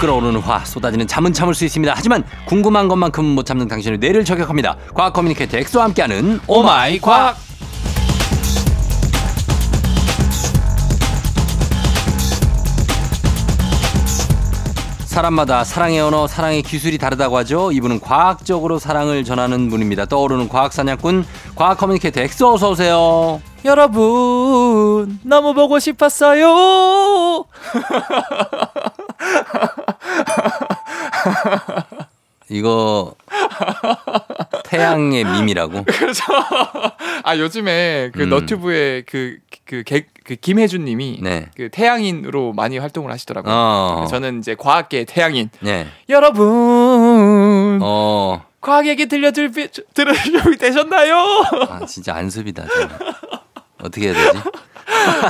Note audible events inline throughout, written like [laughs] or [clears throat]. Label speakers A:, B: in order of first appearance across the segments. A: 끓어오르는 화 쏟아지는 잠은 참을 수 있습니다. 하지만 궁금한 것만큼은 못 참는 당신의 뇌를 저격합니다. 과학 커뮤니케이터 엑소와 함께하는 오마이 과학. 사람마다 사랑의 언어, 사랑의 기술이 다르다고 하죠. 이분은 과학적으로 사랑을 전하는 분입니다. 떠오르는 과학 사냥꾼, 과학 커뮤니케이터 엑소 어서 오세요.
B: 여러분 너무 보고 싶었어요.
A: 이거 태양의 밈이라고.
B: [laughs] 그래서 아 요즘에 그
A: 음.
B: 너튜브에 그그그 김혜준님이
A: 네.
B: 그 태양인으로 많이 활동을 하시더라고요.
A: 어.
B: 저는 이제 과학계 의 태양인.
A: 네.
B: 여러분
A: 어.
B: 과학 얘기 들려줄 비- 들을 [laughs] 준비
A: [laughs]
B: 되셨나요?
A: 아 진짜 안습이다. 저는. 어떻게 해야 되지?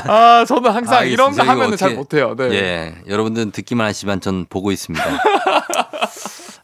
B: 아 저는 항상
A: 아, 이게
B: 이런 거
A: 진짜 이거
B: 하면은 잘
A: 어떻게-
B: 못해요. 네.
A: 예. 여러분들은 듣기만 하시지만 전 보고
B: [laughs]
A: 있습니다.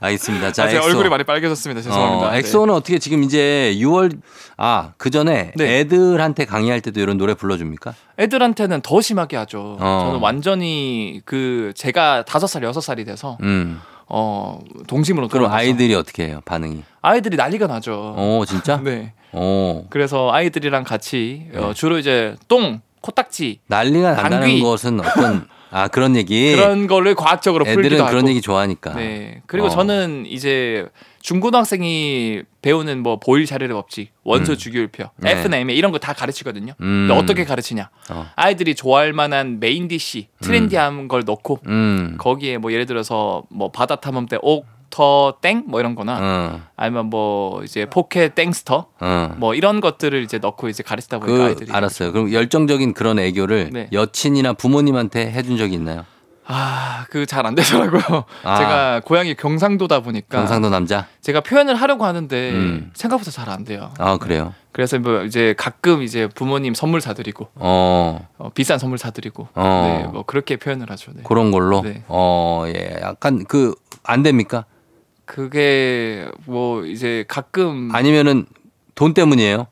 A: 알겠습니다. 자,
B: 아, 제
A: 엑소.
B: 얼굴이 많이 빨개졌습니다. 죄송합니다.
A: 어,
B: 네.
A: 엑소는 어떻게 지금 이제 6월 아 그 전에
B: 네.
A: 애들한테 강의할 때도 이런 노래 불러줍니까?
B: 애들한테는 더 심하게 하죠.
A: 어.
B: 저는 완전히 그 제가 다섯 살 여섯 살이 돼서
A: 음.
B: 어 동심으로
A: 그럼
B: 돌아가서
A: 아이들이 어떻게 해요 반응이?
B: 아이들이 난리가 나죠.
A: 오 진짜? 어.
B: 네.
A: 오
B: 그래서 아이들이랑 같이
A: 네.
B: 어, 주로 이제 똥, 코딱지
A: 난리가 난다는
B: 당귀.
A: 것은 어떤 아 그런 얘기.
B: [laughs] 그런 거를 과학적으로
A: 애들은
B: 풀기도
A: 그런
B: 하고.
A: 얘기 좋아하니까.
B: 네. 그리고
A: 어.
B: 저는 이제 중고등학생이 배우는 뭐 보일 자료의 법칙, 원소
A: 음.
B: 주기율표,
A: 네.
B: F나 M 이런 거 다 가르치거든요.
A: 음.
B: 근데 어떻게 가르치냐?
A: 어.
B: 아이들이 좋아할 만한 메인 디시, 트렌디한 걸 넣고
A: 음.
B: 거기에 뭐 예를 들어서 뭐 바다 탐험 때 옥터 땡 뭐 이런 거나
A: 어.
B: 아니면 뭐 이제 포켓 땡스터
A: 어.
B: 뭐 이런 것들을 이제 넣고 이제 가르치다 보니까
A: 그
B: 아이들이 그렇죠.
A: 알았어요. 그럼 열정적인 그런 애교를
B: 네.
A: 여친이나 부모님한테 해준 적이 있나요?
B: 아, 그 잘 안 되더라고요.
A: 아.
B: 제가 고향이 경상도다 보니까
A: 경상도 남자?
B: 제가 표현을 하려고 하는데
A: 음.
B: 생각보다 잘 안 돼요.
A: 아 그래요.
B: 그래서 뭐 이제 가끔 이제 부모님 선물 사드리고
A: 어
B: 어, 비싼 선물 사드리고
A: 어.
B: 네, 뭐 그렇게 표현을 하죠. 네.
A: 그런 걸로.
B: 네.
A: 어 예, 약간 그 안 됩니까?
B: 그게 뭐 이제 가끔
A: 아니면은 돈 때문이에요?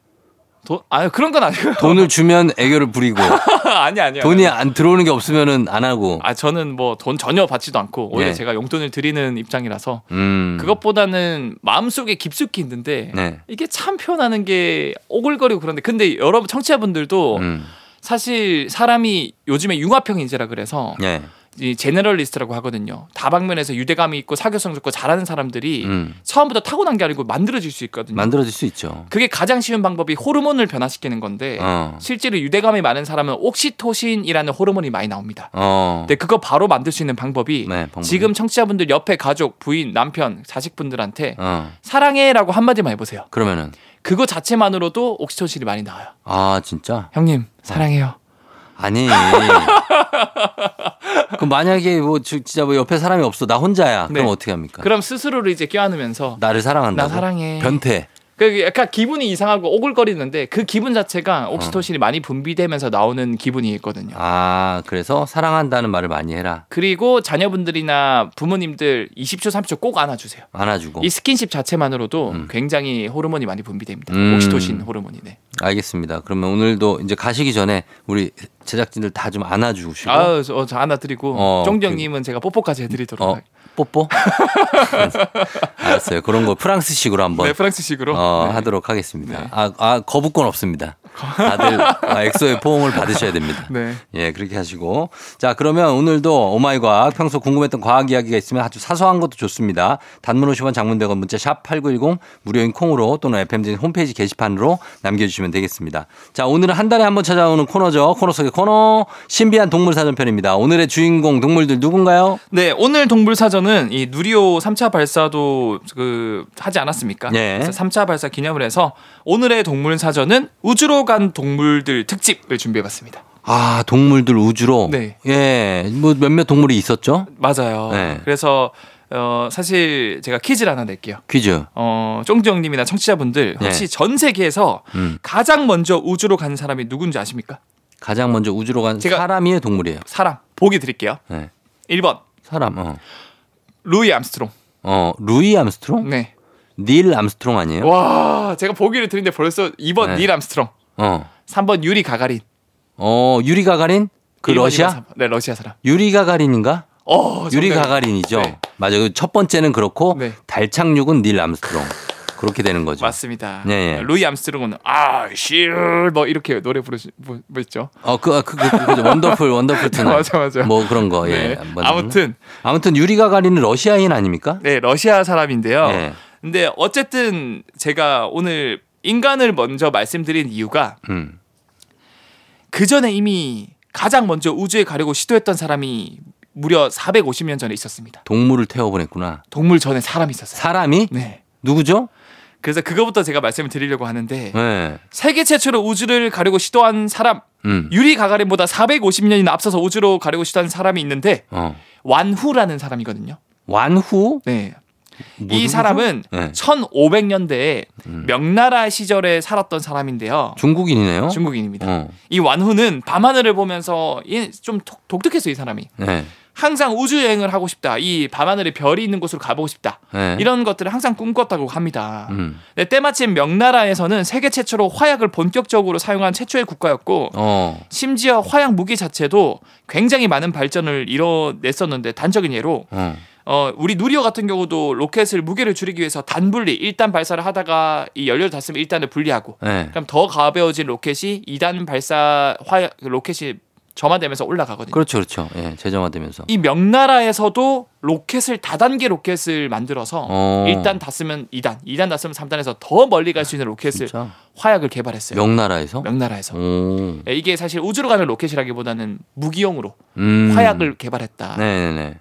B: 돈 아니 그런 건 아니고 [laughs]
A: 돈을 주면 애교를 부리고
B: 아니 아니요.
A: 돈이 안 들어오는 게 없으면은 안 하고.
B: 그러니까. 아 저는 뭐 돈 전혀 받지도 않고 오히려
A: 네.
B: 제가 용돈을 드리는 입장이라서
A: 음.
B: 그것보다는 마음속에 깊숙이 있는데
A: 네.
B: 이게 참 표현하는 게 오글거리고 그런데 근데 여러분 청취자분들도
A: 음.
B: 사실 사람이 요즘에 융합형 인재라 그래서
A: 예.
B: 이 제네럴리스트라고 하거든요. 다방면에서 유대감이 있고 사교성 좋고 잘하는 사람들이
A: 음.
B: 처음부터 타고난 게 아니고 만들어질 수 있거든요.
A: 만들어질 수 있죠.
B: 그게 가장 쉬운 방법이 호르몬을 변화시키는 건데
A: 어.
B: 실제로 유대감이 많은 사람은 옥시토신이라는 호르몬이 많이 나옵니다.
A: 어.
B: 근데 그거 바로 만들 수 있는 방법이
A: 네, 방법이.
B: 네. 지금 청취자분들 옆에 가족, 부인, 남편, 자식분들한테
A: 어.
B: 사랑해라고 한마디만 해보세요.
A: 그러면은
B: 그거 자체만으로도 옥시토신이 많이 나와요.
A: 아 진짜.
B: 형님 사랑해요. [laughs]
A: 아니. 그럼 만약에 뭐 지- 진짜 뭐 옆에 사람이 없어 나 혼자야. 그럼
B: 네.
A: 어떻게 합니까?
B: 그럼 스스로를 이제 껴안으면서
A: 나를 그러니까. 사랑한다.
B: 나 사랑해.
A: 변태.
B: 그 약간 기분이 이상하고 오글거리는데 그 기분 자체가
A: 어.
B: 옥시토신이 많이 분비되면서 나오는 기분이 있거든요.
A: 아 그래서 사랑한다는 말을 많이 해라.
B: 그리고 자녀분들이나 부모님들 20초 30초 꼭 안아주세요.
A: 안아주고.
B: 이 스킨십 자체만으로도
A: 어. 음.
B: 굉장히 호르몬이 많이 분비됩니다.
A: 음.
B: 옥시토신 호르몬이네.
A: 알겠습니다. 그러면 오늘도 이제 가시기 전에 우리 제작진들 다 좀 안아주시고.
B: 아유, 저, 저 안아드리고
A: 어,
B: 쫑정님은 제가 뽀뽀까지 해드리도록
A: 어
B: 할게요.
A: 뽀뽀. [laughs] 알았어요. 그런 거 프랑스식으로 한번.
B: 네, 프랑스식으로.
A: 뭐? 어,
B: 네.
A: 하도록 하겠습니다.
B: 네.
A: 아, 아, 거부권 없습니다.
B: [laughs]
A: 다들 아, 엑소의 포옹을 받으셔야 됩니다.
B: 네.
A: 예, 그렇게 하시고. 자, 그러면 오늘도 오마이 과학 평소 궁금했던 과학 이야기가 있으면 아주 사소한 것도 좋습니다. 단문 50원 장문대건 문자 샵 8910 무료인 콩으로 또는 FM진 홈페이지 게시판으로 남겨주시면 되겠습니다. 자, 오늘은 한 달에 한 번 찾아오는 코너죠. 코너 속의 코너 신비한 동물 사전편입니다. 오늘의 주인공 동물들 누군가요?
B: 네, 오늘 동물 사전은 이 누리호 3차 발사도 그 하지 않았습니까?
A: 예.
B: 그래서 3차 발사 기념을 해서 오늘의 동물 사전은 우주로 간 동물들 특집을 준비해 봤습니다.
A: 아, 동물들 우주로.
B: 네.
A: 예, 뭐 몇몇 동물이 있었죠?
B: 맞아요.
A: 네.
B: 그래서 어 사실 제가 퀴즈를 하나 낼게요.
A: 퀴즈.
B: 어, 쫑지형님이나 청취자분들 혹시
A: 네.
B: 전 세계에서
A: 음.
B: 가장 먼저 우주로 간 사람이 누군지 아십니까?
A: 가장 먼저 우주로 간
B: 제가-
A: 사람이에요, 동물이에요?
B: 사람 보기 드릴게요.
A: 네.
B: 1번
A: 사람. 어.
B: 루이 암스트롱.
A: 어, 루이 암스트롱?
B: 네.
A: 닐 암스트롱 아니에요?
B: 와, 제가 보기를 드린데 벌써 2번
A: 네.
B: 닐 암스트롱.
A: 어.
B: 3번 유리 가가린.
A: 어, 유리 가가린? 그
B: 1번,
A: 러시아?
B: 2번, 3번. 네, 러시아 사람.
A: 유리 가가린인가?
B: 어,
A: 유리
B: 정답.
A: 가가린이죠.
B: 네.
A: 맞아요. 그 첫 번째는 그렇고
B: 네.
A: 달 착륙은 닐 암스트롱 그렇게 되는 거죠.
B: 맞습니다.
A: 네, 예.
B: 루이 암스트롱은 아, 쉴, 뭐 이렇게 노래 부르시 뭐,
A: [laughs]
B: 뭐 있죠?
A: 어그그그 원더풀 원더풀 투나
B: [laughs] 맞아, 맞아.
A: 뭐 그런 거
B: 네.
A: 예. 한번.
B: 아무튼
A: 아무튼 유리 가가린은 러시아인 아닙니까?
B: 네 어. 러시아 사람인데요.
A: 예.
B: 근데 어쨌든 제가 오늘 인간을 먼저 말씀드린 이유가
A: 음.
B: 그 전에 이미 가장 먼저 우주에 가려고 시도했던 사람이 무려 450년 전에 있었습니다.
A: 동물을 태워 보냈구나.
B: 동물 전에 사람이 있었어요.
A: 사람이
B: 네.
A: 누구죠?
B: 그래서 그거부터 제가 말씀을 드리려고 하는데
A: 예.
B: 세계 최초로 우주를 가려고 시도한 사람
A: 음.
B: 유리 가가린보다 450년이나 앞서서 우주로 가려고 시도한 사람이 있는데
A: 어.
B: 완후라는 사람이거든요.
A: 완후
B: 네.
A: 무슨
B: 이 사람은
A: 거죠? 음. 예.
B: 1500년대에 명나라 시절에 살았던 사람인데요.
A: 중국인이네요.
B: 중국인입니다.
A: 어.
B: 이 완후는 밤하늘을 보면서 이- 좀 독- 독특했어요, 이 사람이.
A: 예.
B: 항상 우주 여행을 하고 싶다. 이 밤하늘에 별이 있는 곳으로 가보고 싶다.
A: 예.
B: 이런 것들을 항상 꿈꿨다고 합니다.
A: 음.
B: 근데 때마침 명나라에서는 세계 최초로 화약을 본격적으로 사용한 최초의 국가였고
A: 어.
B: 심지어 화약 무기 자체도 굉장히 많은 발전을 이뤄냈었는데 단적인 예로
A: 어.
B: 어, 우리 누리호 같은 경우도 로켓을 무게를 줄이기 위해서 단분리 일단 발사를 하다가 이 연료를 닿으면 일단을 분리하고
A: 예.
B: 그럼 더 가벼워진 로켓이 이단 발사 화약 그 로켓이 점화되면서 올라가거든요.
A: 그렇죠, 그렇죠. 예, 재정화되면서.
B: 이 명나라에서도 로켓을 다단계 로켓을 만들어서
A: 어.
B: 일 1단 닿으면 2단, 2단 닿으면 3단에서 더 멀리 갈 수 있는 로켓을
A: 진짜?
B: 화약을 개발했어요.
A: 명나라에서?
B: 명... 나라에서 예,
A: 오.
B: 이게 사실 우주로 가는 로켓이라기보다는 무기용으로
A: 음.
B: 화약을 개발했다.
A: 네네네.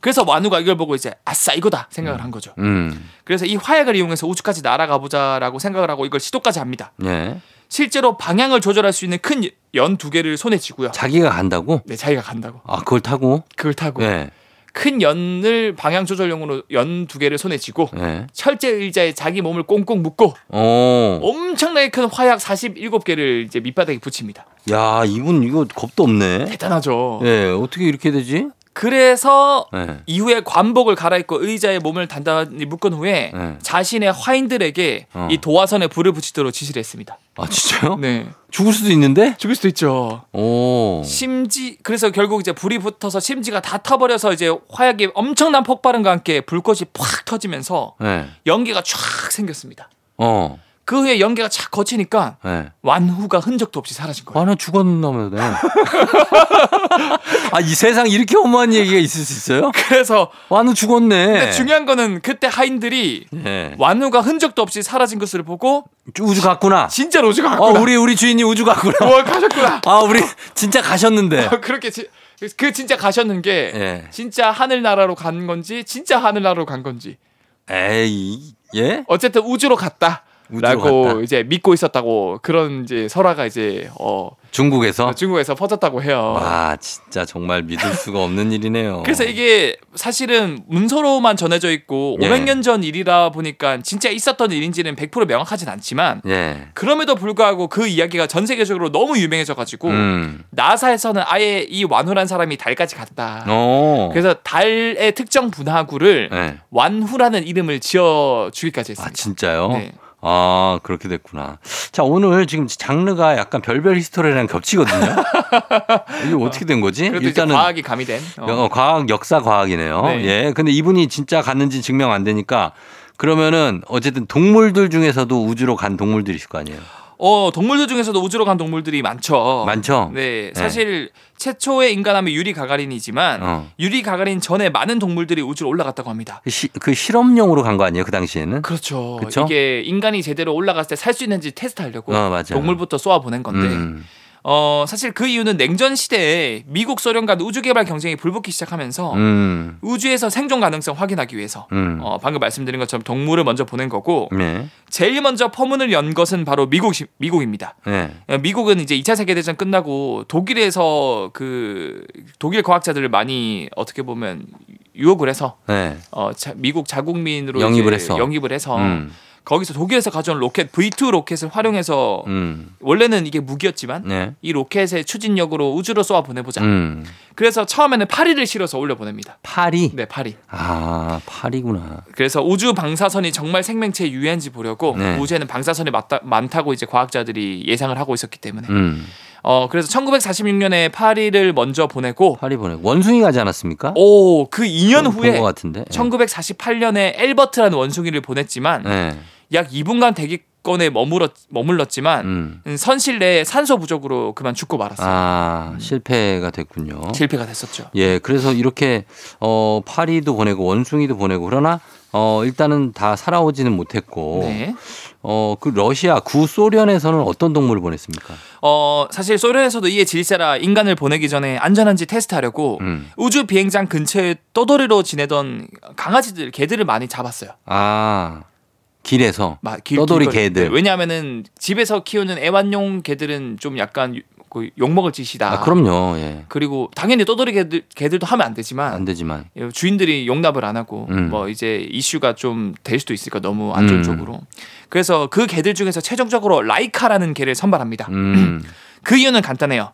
B: 그래서 완우가 이걸 보고 이제 아싸 이거다 생각을 한 거죠.
A: 음.
B: 그래서 이 화약을 이용해서 우주까지 날아가 보자라고 생각을 하고 이걸 시도까지 합니다.
A: 예.
B: 실제로 방향을 조절할 수 있는 큰 연 두 개를 손에 쥐고요.
A: 자기가 간다고?
B: 네, 자기가 간다고.
A: 아, 그걸 타고?
B: 그걸 타고
A: 예.
B: 큰 연을 방향 조절용으로 연 두 개를 손에 쥐고
A: 예.
B: 철제 의자에 자기 몸을 꽁꽁 묶고
A: 어. 오.
B: 엄청나게 큰 화약 47개를 이제 밑바닥에 붙입니다.
A: 야, 이분 이거 겁도 없네.
B: 대단하죠.
A: 예, 어떻게 이렇게 되지?
B: 그래서
A: 예.
B: 이후에 관복을 갈아입고 의자에 몸을 단단히 묶은 후에
A: 네.
B: 자신의 화인들에게
A: 어.
B: 이 도화선에 불을 붙이도록 지시를 했습니다.
A: 아, 진짜요?
B: 네.
A: 죽을 수도 있는데?
B: 죽일 수도 있죠.
A: 오.
B: 심지 그래서 결국 이제 불이 붙어서 심지가 다 타버려서 이제 화약이 엄청난 폭발음과 함께 불꽃이 팍 터지면서
A: 예.
B: 연기가 촥 생겼습니다.
A: 어.
B: 그 후에 연기가 착 거치니까
A: 예.
B: 완후가 흔적도 없이 사라진 거예요.
A: 아, 나 죽었나 보네. [laughs] 아, 이 세상 이렇게 험한 얘기가 있을 수 있어요?
B: 그래서
A: 와, 나 죽었네.
B: 근데 중요한 거는 그때 하인들이
A: 예.
B: 완후가 흔적도 없이 사라진 것을 보고
A: 우주 갔구나.
B: 진짜 로즈가
A: 아,
B: [laughs] 갔구나.
A: 우리 우리 주인이 우주
B: [laughs]
A: 갔구나.
B: 와, 가셨구나.
A: 아, 우리 진짜
B: [laughs]
A: 가셨는데.
B: 그렇게 지- 그 진짜 가셨는 게
A: 예.
B: 네. 진짜 하늘나라로 간 건지 진짜 하늘나라로 간 건지
A: 에이, 예?
B: 어쨌든 우주로 갔다.
A: 우주로
B: 라고
A: 갔다.
B: 이제 믿고 있었다고 그런 이제 설화가 이제 어
A: 중국에서?
B: 중국에서 퍼졌다고 해요.
A: 와, 진짜 정말 믿을 수가 없는 일이네요.
B: [laughs] 그래서 이게 사실은 문서로만 전해져 있고
A: 예.
B: 500년 전 일이다 보니까 진짜 있었던 일인지는 100% 명확하진 않지만
A: 예.
B: 그럼에도 불구하고 그 이야기가 전 세계적으로 너무 유명해져 가지고
A: 음.
B: 나사에서는 아예 이 완후란 사람이 달까지 갔다.
A: 어.
B: 그래서 달의 특정 분화구를
A: 예.
B: 완후라는 이름을 지어 주기까지
A: 아,
B: 했습니다.
A: 진짜요?
B: 네.
A: 아, 그렇게 됐구나. 자, 오늘 지금 장르가 약간 별별 히스토리랑
B: [laughs]
A: 겹치거든요. 이게 어떻게 된 거지?
B: 그래도 일단은 과학이 가미된. 어.
A: 어, 과학 역사 과학이네요.
B: 네.
A: 예. 근데 이분이 진짜 갔는지 증명 안 되니까 그러면은 어쨌든 동물들 중에서도 우주로 간 동물들이 있을 거 아니에요.
B: 어, 동물들 중에서도 우주로 간 동물들이 많죠.
A: 많죠?
B: 네, 사실 최초의 인간하면 유리 가가린이지만
A: 어.
B: 유리 가가린 전에 많은 동물들이 우주로 올라갔다고 합니다.
A: 그 시- 그 실험용으로 간 거 아니에요? 그 당시에는?
B: 그렇죠.
A: 그쵸?
B: 이게 인간이 제대로 올라갔을 때 살 수 있는지 테스트하려고
A: 어, 맞아요.
B: 동물부터 쏘아 보낸 건데
A: 음.
B: 어, 사실 그 이유는 냉전 시대에 미국 소련 간 우주 개발 경쟁이 불붙기 시작하면서
A: 음.
B: 우주에서 생존 가능성 확인하기 위해서
A: 음.
B: 어, 방금 말씀드린 것처럼 동물을 먼저 보낸 거고
A: 네.
B: 제일 먼저 포문을 연 것은 바로 미국 미국입니다.
A: 네.
B: 예, 미국은 이제 2차 세계 대전 끝나고 독일에서 그 독일 과학자들을 많이 어떻게 보면 유혹을 해서
A: 네.
B: 어, 자- 미국 자국민으로
A: 영입을
B: 이제
A: 해서.
B: 영입을 해서
A: 음.
B: 거기서 독일에서 가져온 로켓 V2 로켓을 활용해서
A: 음.
B: 원래는 이게 무기였지만
A: 네.
B: 이 로켓의 추진력으로 우주로 쏘아 보내보자.
A: 음.
B: 그래서 처음에는 파리를 실어서 올려 보냅니다.
A: 파리?
B: 네, 파리.
A: 아, 파리구나.
B: 그래서 우주 방사선이 정말 생명체에 유해한지 보려고
A: 네.
B: 우주에는 방사선이 맞다, 많다고 이제 과학자들이 예상을 하고 있었기 때문에
A: 음.
B: 어 그래서 1946년에 파리를 먼저 보내고
A: 파리 보내. 원숭이 가지 않았습니까?
B: 오 그 2년 후에
A: 본것 같은데. 예.
B: 1948년에 엘버트라는 원숭이를 보냈지만
A: 예.
B: 약 2분간 대기권에 머물렀, 머물렀지만
A: 음.
B: 선실 내에 산소 부족으로 그만 죽고 말았어요.
A: 아 어? 실패가 됐군요.
B: 실패가 됐었죠.
A: 예, 그래서 이렇게 어 파리도 보내고 원숭이도 보내고 그러나 어 일단은 다 살아오지는 못했고
B: 네.
A: 어 그 러시아 구 소련에서는 어떤 동물을 보냈습니까?
B: 어 사실 소련에서도 이에 질세라 인간을 보내기 전에 안전한지 테스트하려고
A: 음.
B: 우주 비행장 근처에 떠돌이로 지내던 강아지들, 개들을 많이 잡았어요.
A: 아 길에서
B: 막
A: 떠돌이
B: 길거리.
A: 개들.
B: 네, 왜냐하면은 집에서 키우는 애완용 개들은 좀 약간 그 욕 먹을 짓이다.
A: 아 그럼요, 예,
B: 리고 당연히 떠돌이 개들 개들도 하면 안 되지만
A: 안 되지만
B: 주인들이 용납을 안 하고
A: 음.
B: 뭐 이제 이슈가 좀 될 수도 있으니까 너무 안전적으로. 그래서 그 개들 중에서 최종적으로 라이카라는 개를 선발합니다. [clears throat]
A: 음,
B: 그 이유는 간단해요.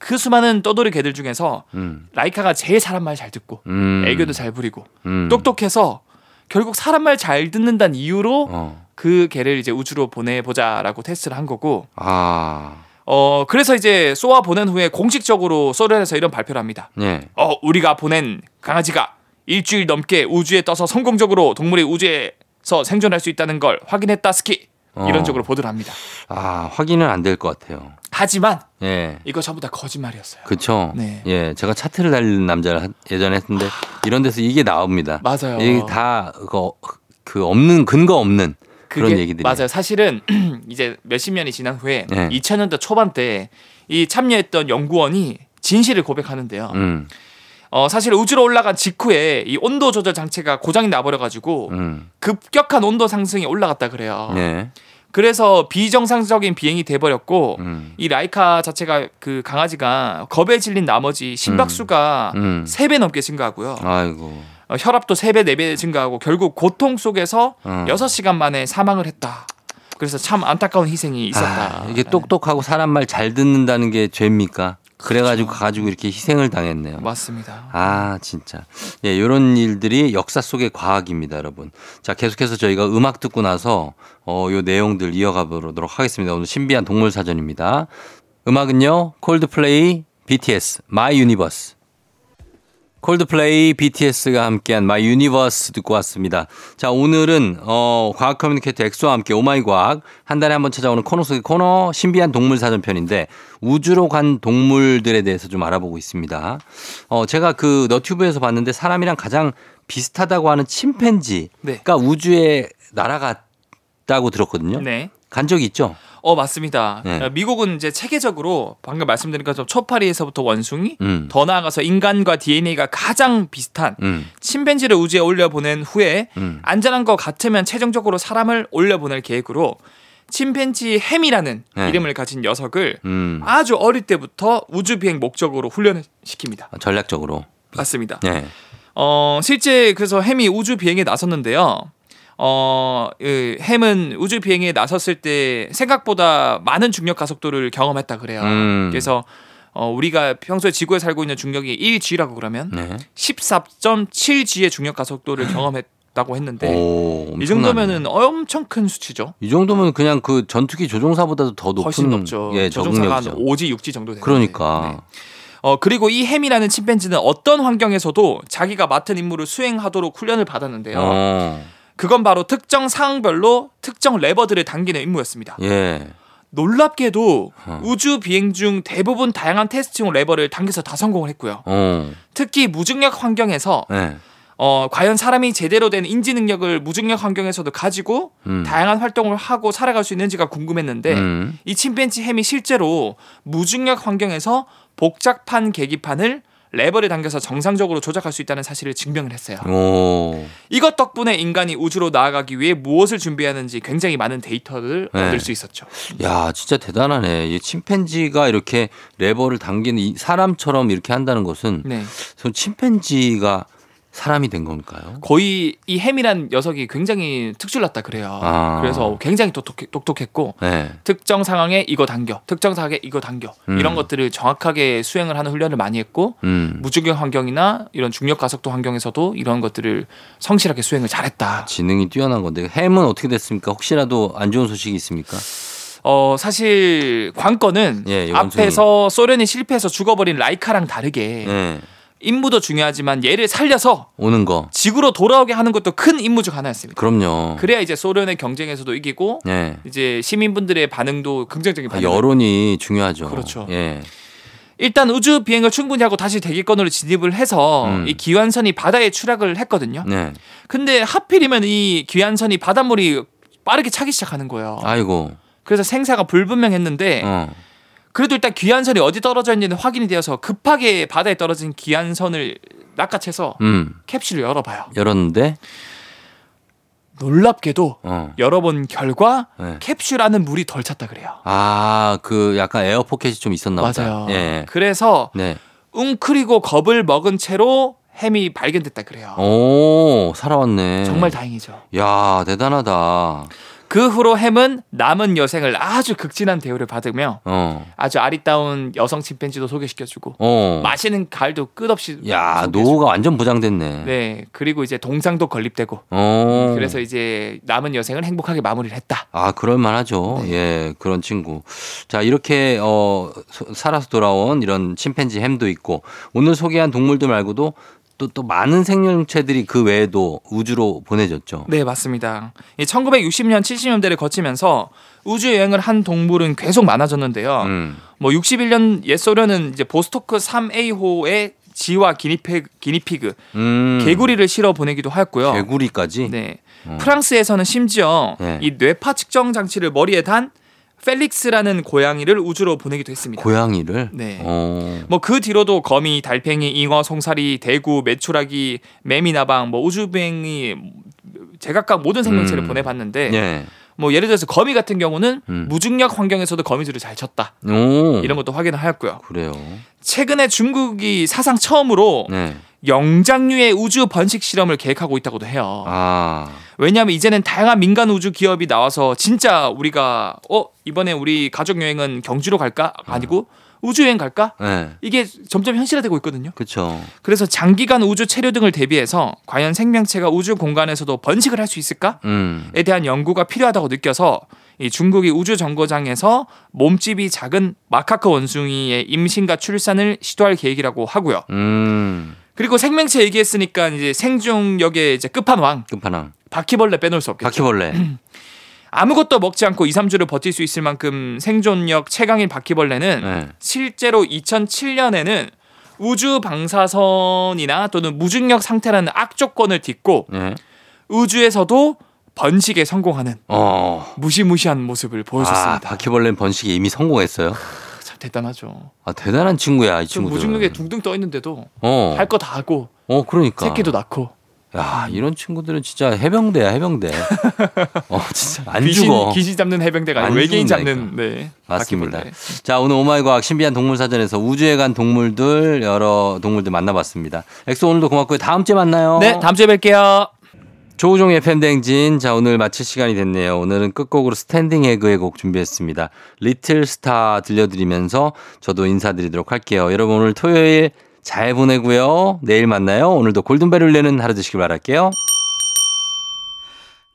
B: 그 수많은 떠돌이 개들 중에서
A: 음,
B: 라이카가 제일 사람 말 잘 듣고
A: 음,
B: 애교도 잘 부리고
A: 음.
B: 똑똑해서 결국 사람 말 잘 듣는다는 이유로
A: 어.
B: 그 개를 이제 우주로 보내보자라고 테스트를 한 거고
A: 아,
B: 어 그래서 이제 쏘아 보낸 후에 공식적으로 소련에서 이런 발표를 합니다.
A: 예,
B: 어 우리가 보낸 강아지가 일주일 넘게 우주에 떠서 성공적으로 동물이 우주에서 생존할 수 있다는 걸 확인했다 스키 이런
A: 어.
B: 쪽으로 보도를 합니다.
A: 아 확인은 안 될 것 같아요.
B: 하지만
A: 예,
B: 이거 전부 다 거짓말이었어요.
A: 그쵸.
B: 네.
A: 예, 제가 차트를 달리는 남자를 한- 예전에 했는데 이런 데서 이게 나옵니다.
B: 맞아요.
A: 이게 다 그, 그 없는 근거 없는
B: 그게
A: 그런 얘기들이
B: 맞아요. 사실은 [clears throat] 이제 몇십 년이 지난 후에
A: 네.
B: 2000년대 초반 때 이 참여했던 연구원이 진실을 고백하는데요.
A: 음,
B: 어, 사실 우주로 올라간 직후에 이 온도 조절 장치가 고장이 나버려가지고
A: 음,
B: 급격한 온도 상승이 올라갔다 그래요.
A: 예,
B: 그래서 비정상적인 비행이 돼버렸고
A: 음,
B: 이 라이카 자체가 그 강아지가 겁에 질린 나머지 심박수가
A: 음.
B: 세 3배 넘게 증가하고요.
A: 아이고,
B: 어, 혈압도 3배, 4배 증가하고 결국 고통 속에서
A: 어.
B: 여섯 시간 만에 사망을 했다. 그래서 참 안타까운 희생이 있었다.
A: 아, 이게 똑똑하고 사람 말 잘 듣는다는 게 죄입니까?
B: 그렇죠.
A: 그래가지고 가지고 이렇게 희생을 당했네요.
B: 맞습니다.
A: 아, 진짜. 예, 요런 일들이 역사 속의 과학입니다, 여러분. 자, 계속해서 저희가 음악 듣고 나서 어, 요 내용들 이어가 보도록 하겠습니다. 오늘 신비한 동물 사전입니다. 음악은요. 콜드플레이, BTS, 마이 유니버스. 콜드플레이 BTS가 함께한 마이 유니버스 듣고 왔습니다. 자, 오늘은 어, 과학 커뮤니케이터 엑소와 함께 오마이 과학 한 달에 한 번 찾아오는 코너 속의 코너 신비한 동물 사전편인데 우주로 간 동물들에 대해서 좀 알아보고 있습니다. 어, 제가 그 너튜브에서 봤는데 사람이랑 가장 비슷하다고 하는 침팬지가
B: 네.
A: 우주에 날아갔다고 들었거든요.
B: 네.
A: 간 적이 있죠?
B: 어 맞습니다.
A: 네.
B: 어, 미국은 이제 체계적으로 방금 말씀드린 것처럼 초파리에서부터 원숭이,
A: 음.
B: 더 나아가서 인간과 DNA가 가장 비슷한
A: 음.
B: 침팬지를 우주에 올려 보낸 후에
A: 음.
B: 안전한 것 같으면 최종적으로 사람을 올려 보낼 계획으로 침팬지 햄이라는
A: 네.
B: 이름을 가진 녀석을
A: 음.
B: 아주 어릴 때부터 우주 비행 목적으로 훈련을 시킵니다.
A: 전략적으로.
B: 맞습니다.
A: 예.
B: 어, 실제 그래서 햄이 우주 비행에 나섰는데요. 어, 그 햄은 우주 비행에 나섰을 때 생각보다 많은 중력 가속도를 경험했다 그래요.
A: 음.
B: 그래서 어, 우리가 평소에 지구에 살고 있는 중력이 1g라고 그러면
A: 네.
B: 14.7g의 중력 가속도를 경험했다고 했는데
A: 오,
B: 이
A: 엄청나네.
B: 정도면은 엄청 큰 수치죠.
A: 이 정도면 그냥 그 전투기 조종사보다도 더 높은
B: 훨씬 높죠.
A: 예,
B: 조종사가 한
A: 적응력이죠.
B: 5G, 6G 정도 되는데. 네.
A: 그러니까.
B: 어 그리고 이 햄이라는 침팬지는 어떤 환경에서도 자기가 맡은 임무를 수행하도록 훈련을 받았는데요.
A: 어.
B: 그건 바로 특정 상황별로 특정 레버들을 당기는 임무였습니다.
A: 예.
B: 놀랍게도
A: 어.
B: 우주 비행 중 대부분 다양한 테스트용 레버를 당겨서 다 성공을 했고요.
A: 어.
B: 특히 무중력 환경에서
A: 예.
B: 어 과연 사람이 제대로 된 인지 능력을 무중력 환경에서도 가지고
A: 음.
B: 다양한 활동을 하고 살아갈 수 있는지가 궁금했는데
A: 음.
B: 이 침팬지 햄이 실제로 무중력 환경에서 복잡한 계기판을 레버를 당겨서 정상적으로 조작할 수 있다는 사실을 증명을 했어요.
A: 오.
B: 이것 덕분에 인간이 우주로 나아가기 위해 무엇을 준비하는지 굉장히 많은 데이터를
A: 네.
B: 얻을 수 있었죠.
A: 야, 진짜 대단하네. 이 침팬지가 이렇게 레버를 당기는 이 사람처럼 이렇게 한다는 것은
B: 네.
A: 저 침팬지가 사람이 된 건가요?
B: 거의 이 햄이란 녀석이 굉장히 특출났다 그래요.
A: 아.
B: 그래서 굉장히 똑똑, 똑똑했고
A: 네.
B: 특정 상황에 이거 당겨, 특정 상황에 이거 당겨
A: 음.
B: 이런 것들을 정확하게 수행을 하는 훈련을 많이 했고
A: 음.
B: 무중력 환경이나 이런 중력 가속도 환경에서도 이런 것들을 성실하게 수행을 잘했다.
A: 지능이 뛰어난 건데 햄은 어떻게 됐습니까? 혹시라도 안 좋은 소식이 있습니까?
B: 어 사실 관건은
A: 예, 예, 원숭이.
B: 앞에서 소련이 실패해서 죽어버린 라이카랑 다르게
A: 예.
B: 임무도 중요하지만 얘를 살려서
A: 오는 거.
B: 지구로 돌아오게 하는 것도 큰 임무 중 하나였습니다.
A: 그럼요.
B: 그래야 이제 소련의 경쟁에서도 이기고
A: 예.
B: 이제 시민분들의 반응도 긍정적인
A: 아,
B: 반응.
A: 여론이 중요하죠.
B: 그 그렇죠.
A: 예.
B: 일단 우주 비행을 충분히 하고 다시 대기권으로 진입을 해서
A: 음.
B: 이 기환선이 바다에 추락을 했거든요.
A: 네.
B: 근데 하필이면 이 기환선이 바닷물이 빠르게 차기 시작하는 거예요.
A: 아이고.
B: 그래서 생사가 불분명했는데
A: 어.
B: 그래도 일단 귀환선이 어디 떨어져 있는지는 확인이 되어서 급하게 바다에 떨어진 귀환선을 낚아채서
A: 음.
B: 캡슐을 열어봐요.
A: 열었는데.
B: 놀랍게도
A: 어.
B: 열어본 결과
A: 네.
B: 캡슐 안은 물이 덜 찼다 그래요.
A: 아, 그 약간 에어 포켓이 좀 있었나 보다.
B: 맞아요.
A: 예.
B: 그래서
A: 네.
B: 웅크리고 겁을 먹은 채로 햄이 발견됐다 그래요.
A: 어, 오, 살아왔네.
B: 아. 정말 다행이죠.
A: 야, 대단하다.
B: 그 후로 햄은 남은 여생을 아주 극진한 대우를 받으며
A: 어.
B: 아주 아리따운 여성 침팬지도 소개시켜주고
A: 어.
B: 마시는 갈도 끝없이
A: 야,
B: 소개해주고.
A: 노후가 완전 보장됐네.
B: 네 그리고 이제 동상도 건립되고
A: 어.
B: 그래서 이제 남은 여생을 행복하게 마무리를 했다.
A: 아, 그럴만하죠.
B: 네.
A: 예, 그런 친구. 자, 이렇게, 어, 소- 살아서 돌아온 이런 침팬지 햄도 있고, 오늘 소개한 동물들 말고도 또, 또 많은 생명체들이 그 외에도 우주로 보내졌죠.
B: 네 맞습니다. 이 1960년 70년대를 거치면서 우주 여행을 한 동물은 계속 많아졌는데요.
A: 음.
B: 뭐 61년 옛 소련은 이제 보스토크 3A호의 지와 기니피, 기니피그
A: 음.
B: 개구리를 실어 보내기도 하였고요.
A: 개구리까지?
B: 네.
A: 어.
B: 프랑스에서는 심지어
A: 네.
B: 이 뇌파 측정 장치를 머리에 단 펠릭스라는 고양이를 우주로 보내기도 했습니다.
A: 고양이를?
B: 네.
A: 어.
B: 뭐 그 뒤로도 거미, 달팽이, 잉어, 송사리, 대구, 메추라기, 매미나방, 뭐 우주뱅이 제각각 모든 생명체를
A: 음.
B: 보내봤는데
A: 예.
B: 뭐 예를 들어서 거미 같은 경우는
A: 음.
B: 무중력 환경에서도 거미줄을 잘 쳤다
A: 오.
B: 이런 것도 확인을 하였고요.
A: 그래요.
B: 최근에 중국이 사상 처음으로
A: 네.
B: 영장류의 우주 번식 실험을 계획하고 있다고도 해요.
A: 아.
B: 왜냐하면 이제는 다양한 민간 우주 기업이 나와서 진짜 우리가 어 이번에 우리 가족 여행은 경주로 갈까 아니고 우주 여행 갈까
A: 네.
B: 이게 점점 현실화되고 있거든요.
A: 그쵸.
B: 그래서 장기간 우주 체류 등을 대비해서 과연 생명체가 우주 공간에서도 번식을 할 수 있을까에
A: 음.
B: 대한 연구가 필요하다고 느껴서 이 중국이 우주 정거장에서 몸집이 작은 마카크 원숭이의 임신과 출산을 시도할 계획이라고 하고요.
A: 음.
B: 그리고 생명체 얘기했으니까 이제 생존력의 이제 끝판왕
A: 끝판왕.
B: 바퀴벌레 빼놓을 수 없겠죠. 음.
A: 바퀴벌레.
B: 아무것도 먹지 않고 2, 3주를 버틸 수 있을 만큼 생존력 최강인 바퀴벌레는
A: 네.
B: 실제로 2007년에는 우주 방사선이나 또는 무중력 상태라는 악조건을 딛고
A: 예.
B: 우주에서도 번식에 성공하는
A: 어.
B: 무시무시한 모습을
A: 아,
B: 보여줬습니다.
A: 바퀴벌레 번식에 이미 성공했어요?
B: 참 대단하죠.
A: 아, 대단한 친구야, 이
B: 저
A: 친구들.
B: 무중력에 둥둥 떠 있는데도
A: 어.
B: 할 거 다 하고
A: 어, 그러니까.
B: 새끼도 낳고
A: 야, 이런 친구들은 진짜 해병대야,
B: [laughs]
A: 해병대. 어, 진짜 안
B: 귀신,
A: 죽어.
B: 귀신 잡는 해병대가 아니고
A: 안
B: 외계인 잡는
A: 죽는다니까.
B: 네,
A: 맞습니다.
B: 바퀴벌레.
A: 자, 오늘 오마이과학 신비한 동물 사전에서 우주에 간 동물들 여러 동물들 만나봤습니다. 엑소 오늘도 고맙고요. 다음 주에 만나요.
B: 네 다음 주에 뵐게요.
A: 조우종의 팬댕진. 자, 오늘 마칠 시간이 됐네요. 오늘은 끝곡으로 스탠딩 에그의 곡 준비했습니다. 리틀 스타 들려드리면서 저도 인사드리도록 할게요. 여러분 오늘 토요일 잘 보내고요. 내일 만나요. 오늘도 골든벨 울리는 하루 되시길 바랄게요.